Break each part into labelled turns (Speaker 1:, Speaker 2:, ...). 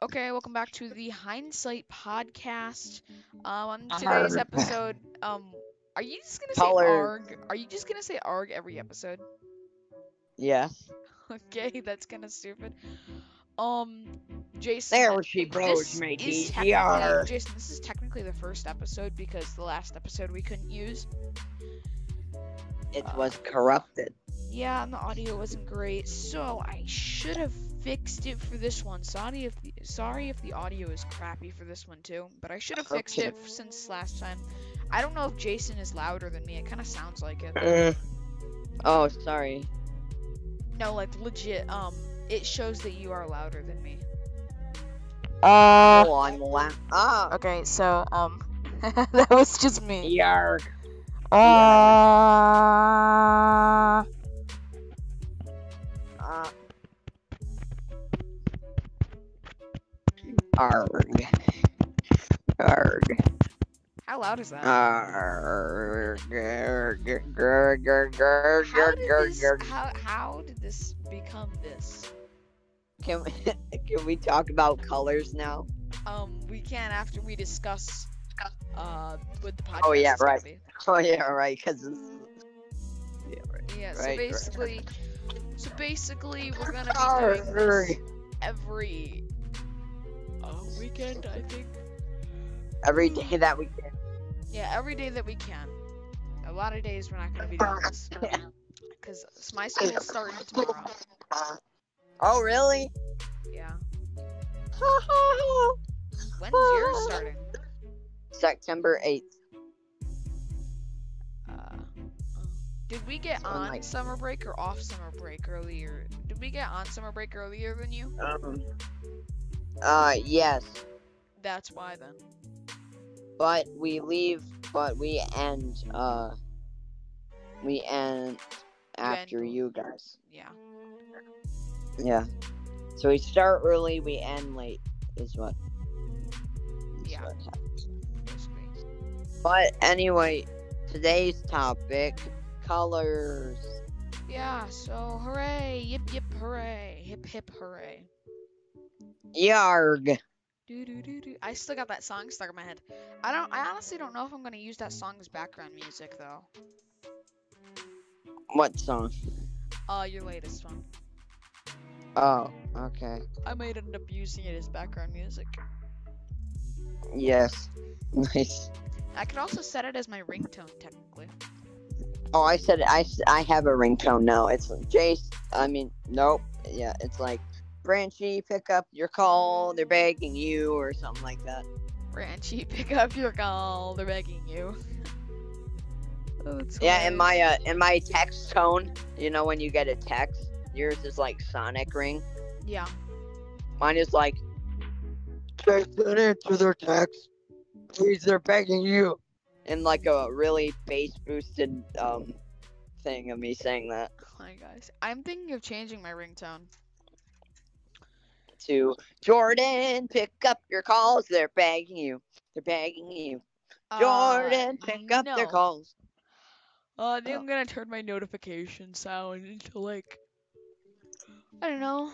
Speaker 1: Okay, welcome back to the Hindsight Podcast. Um, on today's
Speaker 2: Arg.
Speaker 1: episode, um, are you just gonna say
Speaker 2: Uh-huh. Holler.
Speaker 1: arg? Are you just gonna say arg every episode?
Speaker 2: Yes.
Speaker 1: Okay, that's kind of stupid. Um, Jason,
Speaker 2: There she goes,
Speaker 1: this
Speaker 2: matey.
Speaker 1: is
Speaker 2: Yar.
Speaker 1: technically, Jason, this is technically the first episode because the last episode we couldn't use.
Speaker 2: It
Speaker 1: Uh,
Speaker 2: was corrupted.
Speaker 1: Yeah, and the audio wasn't great, so I should have fixed it for this one. Sorry if the, sorry if the audio is crappy for this one too, but I should have fixed
Speaker 2: Okay.
Speaker 1: it since last time. I don't know if Jason is louder than me. It kind of sounds like it.
Speaker 2: Mm. Oh, sorry.
Speaker 1: No, like legit. Um, it shows that you are louder than me.
Speaker 3: Uh,
Speaker 2: Oh, I'm la- Ah.
Speaker 1: Okay, so um, that was just me.
Speaker 2: Yarg.
Speaker 3: uh,
Speaker 2: Ah. Arg. Arg.
Speaker 1: How loud is that?
Speaker 2: Uh, Arg. Arg. Arg. Arg. Arg. Arg.
Speaker 1: how, did
Speaker 2: Arg.
Speaker 1: this,
Speaker 2: Arg.
Speaker 1: how how did this become this?
Speaker 2: Can we, can we talk about colors now?
Speaker 1: Um, we can after we discuss uh what the podcast.
Speaker 2: Oh, yeah,
Speaker 1: is gonna
Speaker 2: right.
Speaker 1: be.
Speaker 2: Oh yeah, right. Because yeah, right.
Speaker 1: Yeah, so
Speaker 2: Right, right.
Speaker 1: basically, so basically, we're gonna be doing
Speaker 2: Arg.
Speaker 1: this every uh, weekend, I think.
Speaker 2: Every day that we can.
Speaker 1: Yeah, every day that we can. A lot of days we're not gonna be doing this because my school's starting tomorrow.
Speaker 2: Oh really?
Speaker 1: Yeah, when's yours starting?
Speaker 2: September eighth.
Speaker 1: Uh, uh, did we get
Speaker 2: So,
Speaker 1: on
Speaker 2: like-
Speaker 1: summer break or off summer break earlier? Did we get on summer break earlier than you?
Speaker 2: Um. Uh yes,
Speaker 1: That's why then.
Speaker 2: but we leave, but we end. Uh. We end after
Speaker 1: End.
Speaker 2: you guys.
Speaker 1: Yeah.
Speaker 2: Yeah. So we start early, we end late. Is what. is
Speaker 1: Yeah.
Speaker 2: what happens.
Speaker 1: basically.
Speaker 2: But anyway, today's topic colors.
Speaker 1: Yeah, so hooray, yip yip hooray, hip hip hooray.
Speaker 2: Yarg.
Speaker 1: Do do do do. I still got that song stuck in my head. I don't. I honestly don't know if I'm gonna use that song as background music though.
Speaker 2: What song?
Speaker 1: Uh, your latest one.
Speaker 2: Oh, okay.
Speaker 1: I might end up using it as background music.
Speaker 2: Yes. Nice.
Speaker 1: I could also set it as my ringtone technically.
Speaker 2: Oh, I said I, s- I have a ringtone now. It's like, Jace. I mean, nope. Yeah, it's like Branchy, pick up your call. They're begging you, or something like that.
Speaker 1: Ranchi, pick up your call. They're begging you. oh, that's
Speaker 2: Yeah, in
Speaker 1: hilarious.
Speaker 2: my uh, in my text tone, you know when you get a text, yours is like Sonic ring.
Speaker 1: Yeah.
Speaker 2: Mine is like. Jace, don't answer their text. Please, they're begging you. In like a really bass boosted um thing of me saying that.
Speaker 1: Hi guys. I'm thinking of changing my ringtone.
Speaker 2: to Jordan, pick up your calls. They're begging you. They're begging you. Jordan,
Speaker 1: Uh,
Speaker 2: pick up their
Speaker 1: no.
Speaker 2: calls.
Speaker 1: Uh, I think
Speaker 2: Oh.
Speaker 1: I'm gonna turn my notification sound into like I don't know.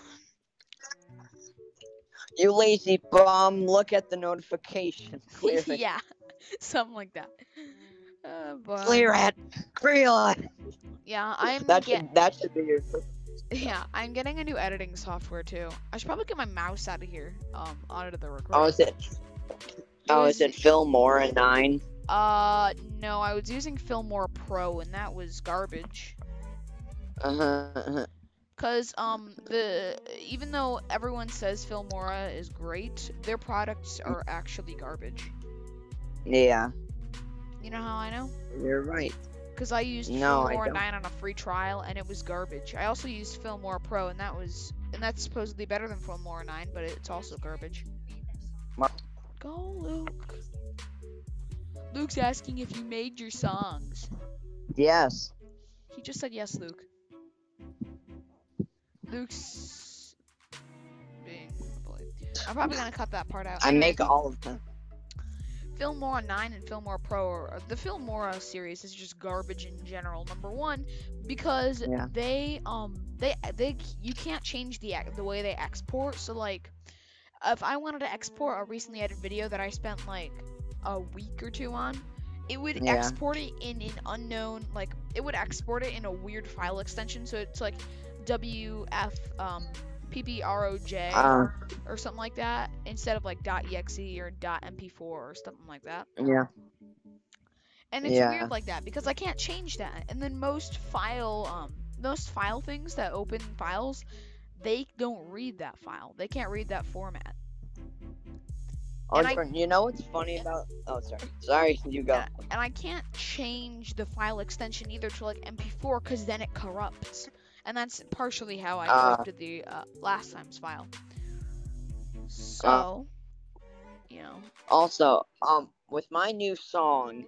Speaker 2: You lazy bum. Look at the notification. Clear it.
Speaker 1: yeah, something like that. Uh, but
Speaker 2: Clear it. Clear it.
Speaker 1: yeah, I'm
Speaker 2: That
Speaker 1: get,
Speaker 2: should, that should be your.
Speaker 1: yeah, I'm getting a new editing software too. I should probably get my mouse out of here. Um, out of the recorder.
Speaker 2: Oh, is it? Oh, is it Fillmore and nine?
Speaker 1: Uh, no, I was using Filmora Pro and that was garbage.
Speaker 2: Uh huh.
Speaker 1: Cause um the even though everyone says Filmora is great, their products are actually garbage.
Speaker 2: Yeah,
Speaker 1: You know how I know?
Speaker 2: you're right.
Speaker 1: Because I used
Speaker 2: No, I
Speaker 1: Filmora
Speaker 2: don't.
Speaker 1: 9 on a free trial and it was garbage. I also used Filmora Pro and that was and that's supposedly better than Filmora 9, but it's also garbage.
Speaker 2: Mar-
Speaker 1: Go, Luke. Luke's asking if you made your songs.
Speaker 2: Yes.
Speaker 1: He just said yes, Luke. Luke's being bullied. I'm probably gonna cut that part out.
Speaker 2: I
Speaker 1: Anyway,
Speaker 2: make all of them.
Speaker 1: Filmora 9 and Filmora Pro are, are- the Filmora series is just garbage in general. Number 1 because
Speaker 2: Yeah.
Speaker 1: they um they they you can't change the ex- the way they export so like if I wanted to export a recently edited video that I spent like a week or two on, it would
Speaker 2: Yeah.
Speaker 1: export it in an unknown like it would export it in a weird file extension. So it's like WF um, PPROJ
Speaker 2: Uh,
Speaker 1: or something like that instead of like .exe or .mp4 or something like that.
Speaker 2: yeah.
Speaker 1: And it's
Speaker 2: Yeah.
Speaker 1: weird like that because I can't change that. And then most file um most file things that open files, they don't read that file. They can't read that format. And I-
Speaker 2: Also, you know what's funny about? Oh, sorry. Sorry, you go.
Speaker 1: Yeah, and I can't change the file extension either to like MP4 because then it corrupts. And that's partially how I
Speaker 2: Ah.
Speaker 1: corrupted the uh, last time's file. So,
Speaker 2: Ah.
Speaker 1: you know,
Speaker 2: Also, um, with my new song,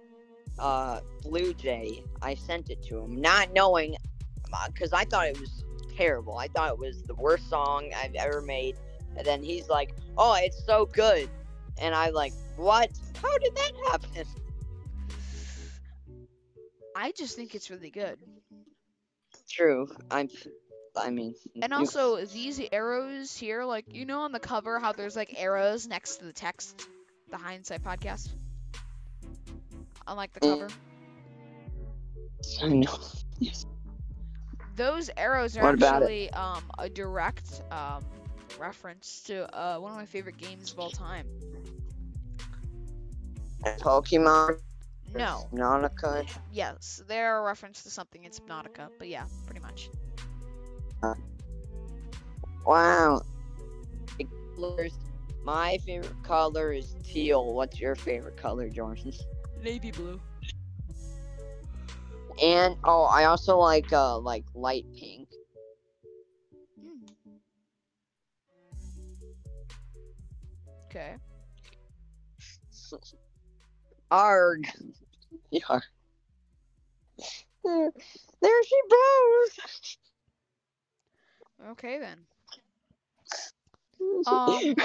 Speaker 2: uh, Blue Jay, I sent it to him, not knowing, because I thought it was terrible. I thought it was the worst song I've ever made. And then he's like, "Oh, it's so good," and I like, "What? How did that happen?"
Speaker 1: I just think it's really good.
Speaker 2: Mm-hmm. True. I'm. I mean.
Speaker 1: And
Speaker 2: you-
Speaker 1: also these arrows here, like you know on the cover how there's like arrows next to the text, the hindsight podcast. On like the
Speaker 2: Mm.
Speaker 1: cover.
Speaker 2: I know.
Speaker 1: Those arrows are
Speaker 2: What about
Speaker 1: actually
Speaker 2: it?
Speaker 1: um a direct um reference to uh one of my favorite games of all time.
Speaker 2: Pokemon.
Speaker 1: No.
Speaker 2: Nautica.
Speaker 1: Yes, they're a reference to something in Subnautica, but yeah, pretty much.
Speaker 2: Wow. Colors. My favorite color is teal. What's your favorite color, Jordan?
Speaker 1: Navy blue.
Speaker 2: And oh, I also like uh like light pink.
Speaker 1: Hmm. Okay.
Speaker 2: Arg. Yeah. Hmm. There she blows.
Speaker 1: Okay then. Um.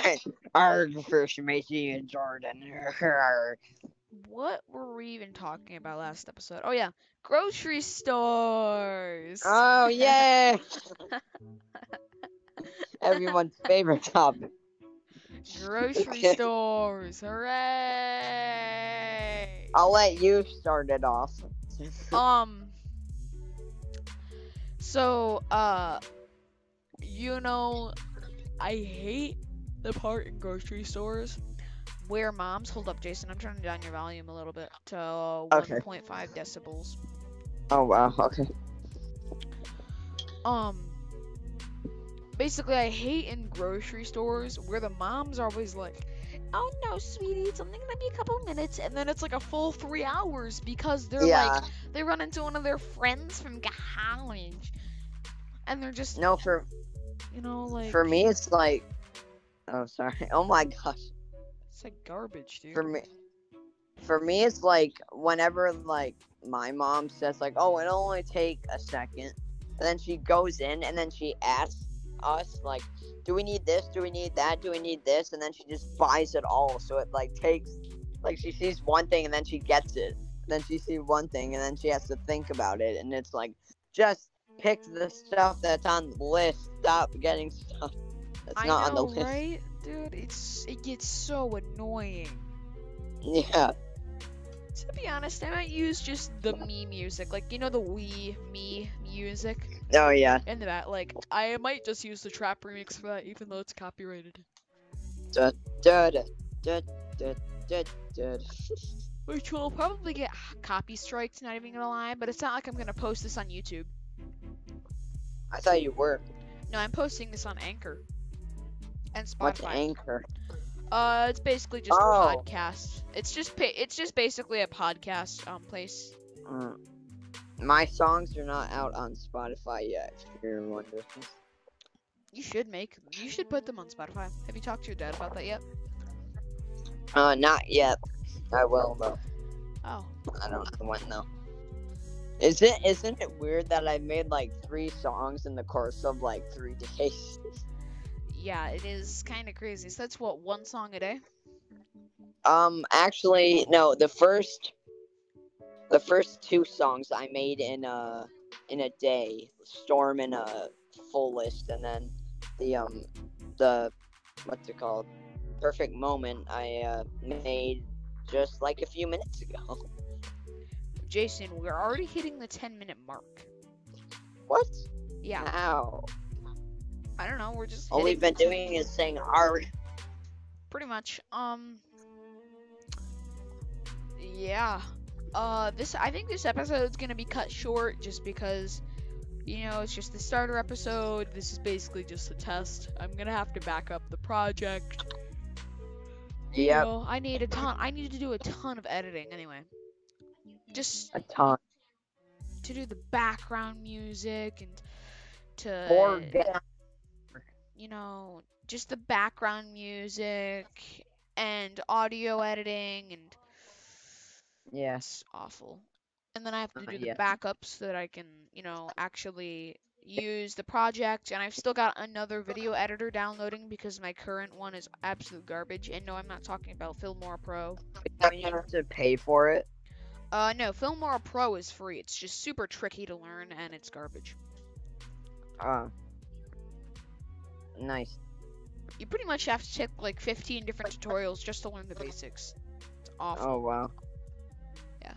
Speaker 2: Arg first Macy and Jordan.
Speaker 1: What were we even talking about last episode? Oh yeah, grocery stores.
Speaker 2: oh yeah. Everyone's favorite topic.
Speaker 1: grocery
Speaker 2: okay.
Speaker 1: stores. Hooray!
Speaker 2: I'll let you start it off.
Speaker 1: Um. So, uh, you know, I hate the part in grocery stores where moms hold up. Jason, I'm turning down your volume a little bit to uh,
Speaker 2: Okay.
Speaker 1: 1.5 decibels.
Speaker 2: Oh wow, okay.
Speaker 1: um basically i hate in grocery stores where the moms are always like oh no sweetie it's only gonna be a couple minutes and then it's like a full three hours because they're
Speaker 2: yeah.
Speaker 1: like they run into one of their friends from college and they're just
Speaker 2: no, for
Speaker 1: you know like
Speaker 2: for me it's like Oh sorry. Oh my gosh.
Speaker 1: it's like garbage dude
Speaker 2: For me for me it's like whenever like my mom says like, Oh, it'll only take a second and then she goes in and then she asks us like, Do we need this? Do we need that? Do we need this? And then she just buys it all. So it like takes like she sees one thing and then she gets it. Then she sees one thing and then she has to think about it and it's like just pick the stuff that's on the list. Stop getting stuff that's
Speaker 1: i
Speaker 2: not
Speaker 1: know
Speaker 2: on the list.
Speaker 1: right dude it's it gets so annoying
Speaker 2: Yeah.
Speaker 1: to be honest i might use just the me music like you know the we me music
Speaker 2: Oh yeah.
Speaker 1: And that, like, I might just use the trap remix for that, even though it's copyrighted.
Speaker 2: Duh, duh, duh, duh, duh, duh.
Speaker 1: Which will probably get h- copy strikes, not even gonna lie, but it's not like I'm gonna post this on YouTube.
Speaker 2: I thought you were.
Speaker 1: No, I'm posting this on Anchor and
Speaker 2: What's
Speaker 1: Spotify.
Speaker 2: anchor?
Speaker 1: uh, it's basically just a
Speaker 2: Oh.
Speaker 1: podcast. It's just pa- it's just basically a podcast um place.
Speaker 2: Mm. My songs are not out on Spotify yet. If you're wondering.
Speaker 1: You should make you should put them on Spotify. Have you talked to your dad about that yet?
Speaker 2: Uh, not yet. I will though.
Speaker 1: Oh,
Speaker 2: I don't know when though. Is it isn't it weird that I made like three songs in the course of like three days?
Speaker 1: yeah, it is kind of crazy. So that's what one song a day.
Speaker 2: Um, actually, no. The first, the first two songs I made in a in a day. Storm in a full list, and then the um the what's it called? perfect moment I uh, made just like a few minutes ago.
Speaker 1: Jason, we're already hitting the 10 minute mark.
Speaker 2: What?
Speaker 1: Yeah,
Speaker 2: How?
Speaker 1: I don't know. We're just
Speaker 2: All
Speaker 1: hitting
Speaker 2: we've been
Speaker 1: the 10
Speaker 2: doing is saying "arg."
Speaker 1: pretty much. Um, yeah. Uh, this I think this episode's gonna be cut short just because, you know, it's just the starter episode. This is basically just a test. I'm gonna have to back up the project. you
Speaker 2: Yep,
Speaker 1: know, I need a ton. I need to do a ton of editing anyway. Just
Speaker 2: a ton.
Speaker 1: to do the background music and to
Speaker 2: Or get
Speaker 1: you know, just the background music and audio editing and it's
Speaker 2: yes.
Speaker 1: awful. And then I have to
Speaker 2: Uh,
Speaker 1: do the
Speaker 2: yeah.
Speaker 1: backups so that I can, you know, actually use the project. And I've still got another video editor downloading because my current one is absolute garbage. And no, I'm not talking about Filmora Pro.
Speaker 2: Don't you have to pay for it?
Speaker 1: Uh, no, Filmora Pro is free. It's just super tricky to learn and it's garbage.
Speaker 2: Uh, nice.
Speaker 1: You pretty much have to take like 15 different tutorials just to learn the basics. It's awful.
Speaker 2: Oh wow.
Speaker 1: Yeah.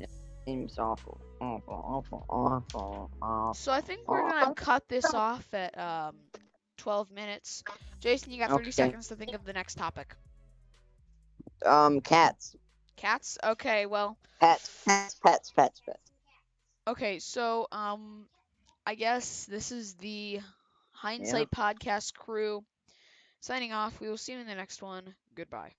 Speaker 2: It seems awful. Awful. Awful. Awful. Awful.
Speaker 1: So I think we're gonna cut this off at um, 12 minutes. Jason, you got 30
Speaker 2: Okay.
Speaker 1: seconds to think of the next topic.
Speaker 2: Um, cats.
Speaker 1: Cats? Okay, well,
Speaker 2: Pets. Pets. Pets. Pets. Pets.
Speaker 1: okay, so um, I guess this is the Hindsight Podcast crew signing off. We will see you in the next one. Goodbye.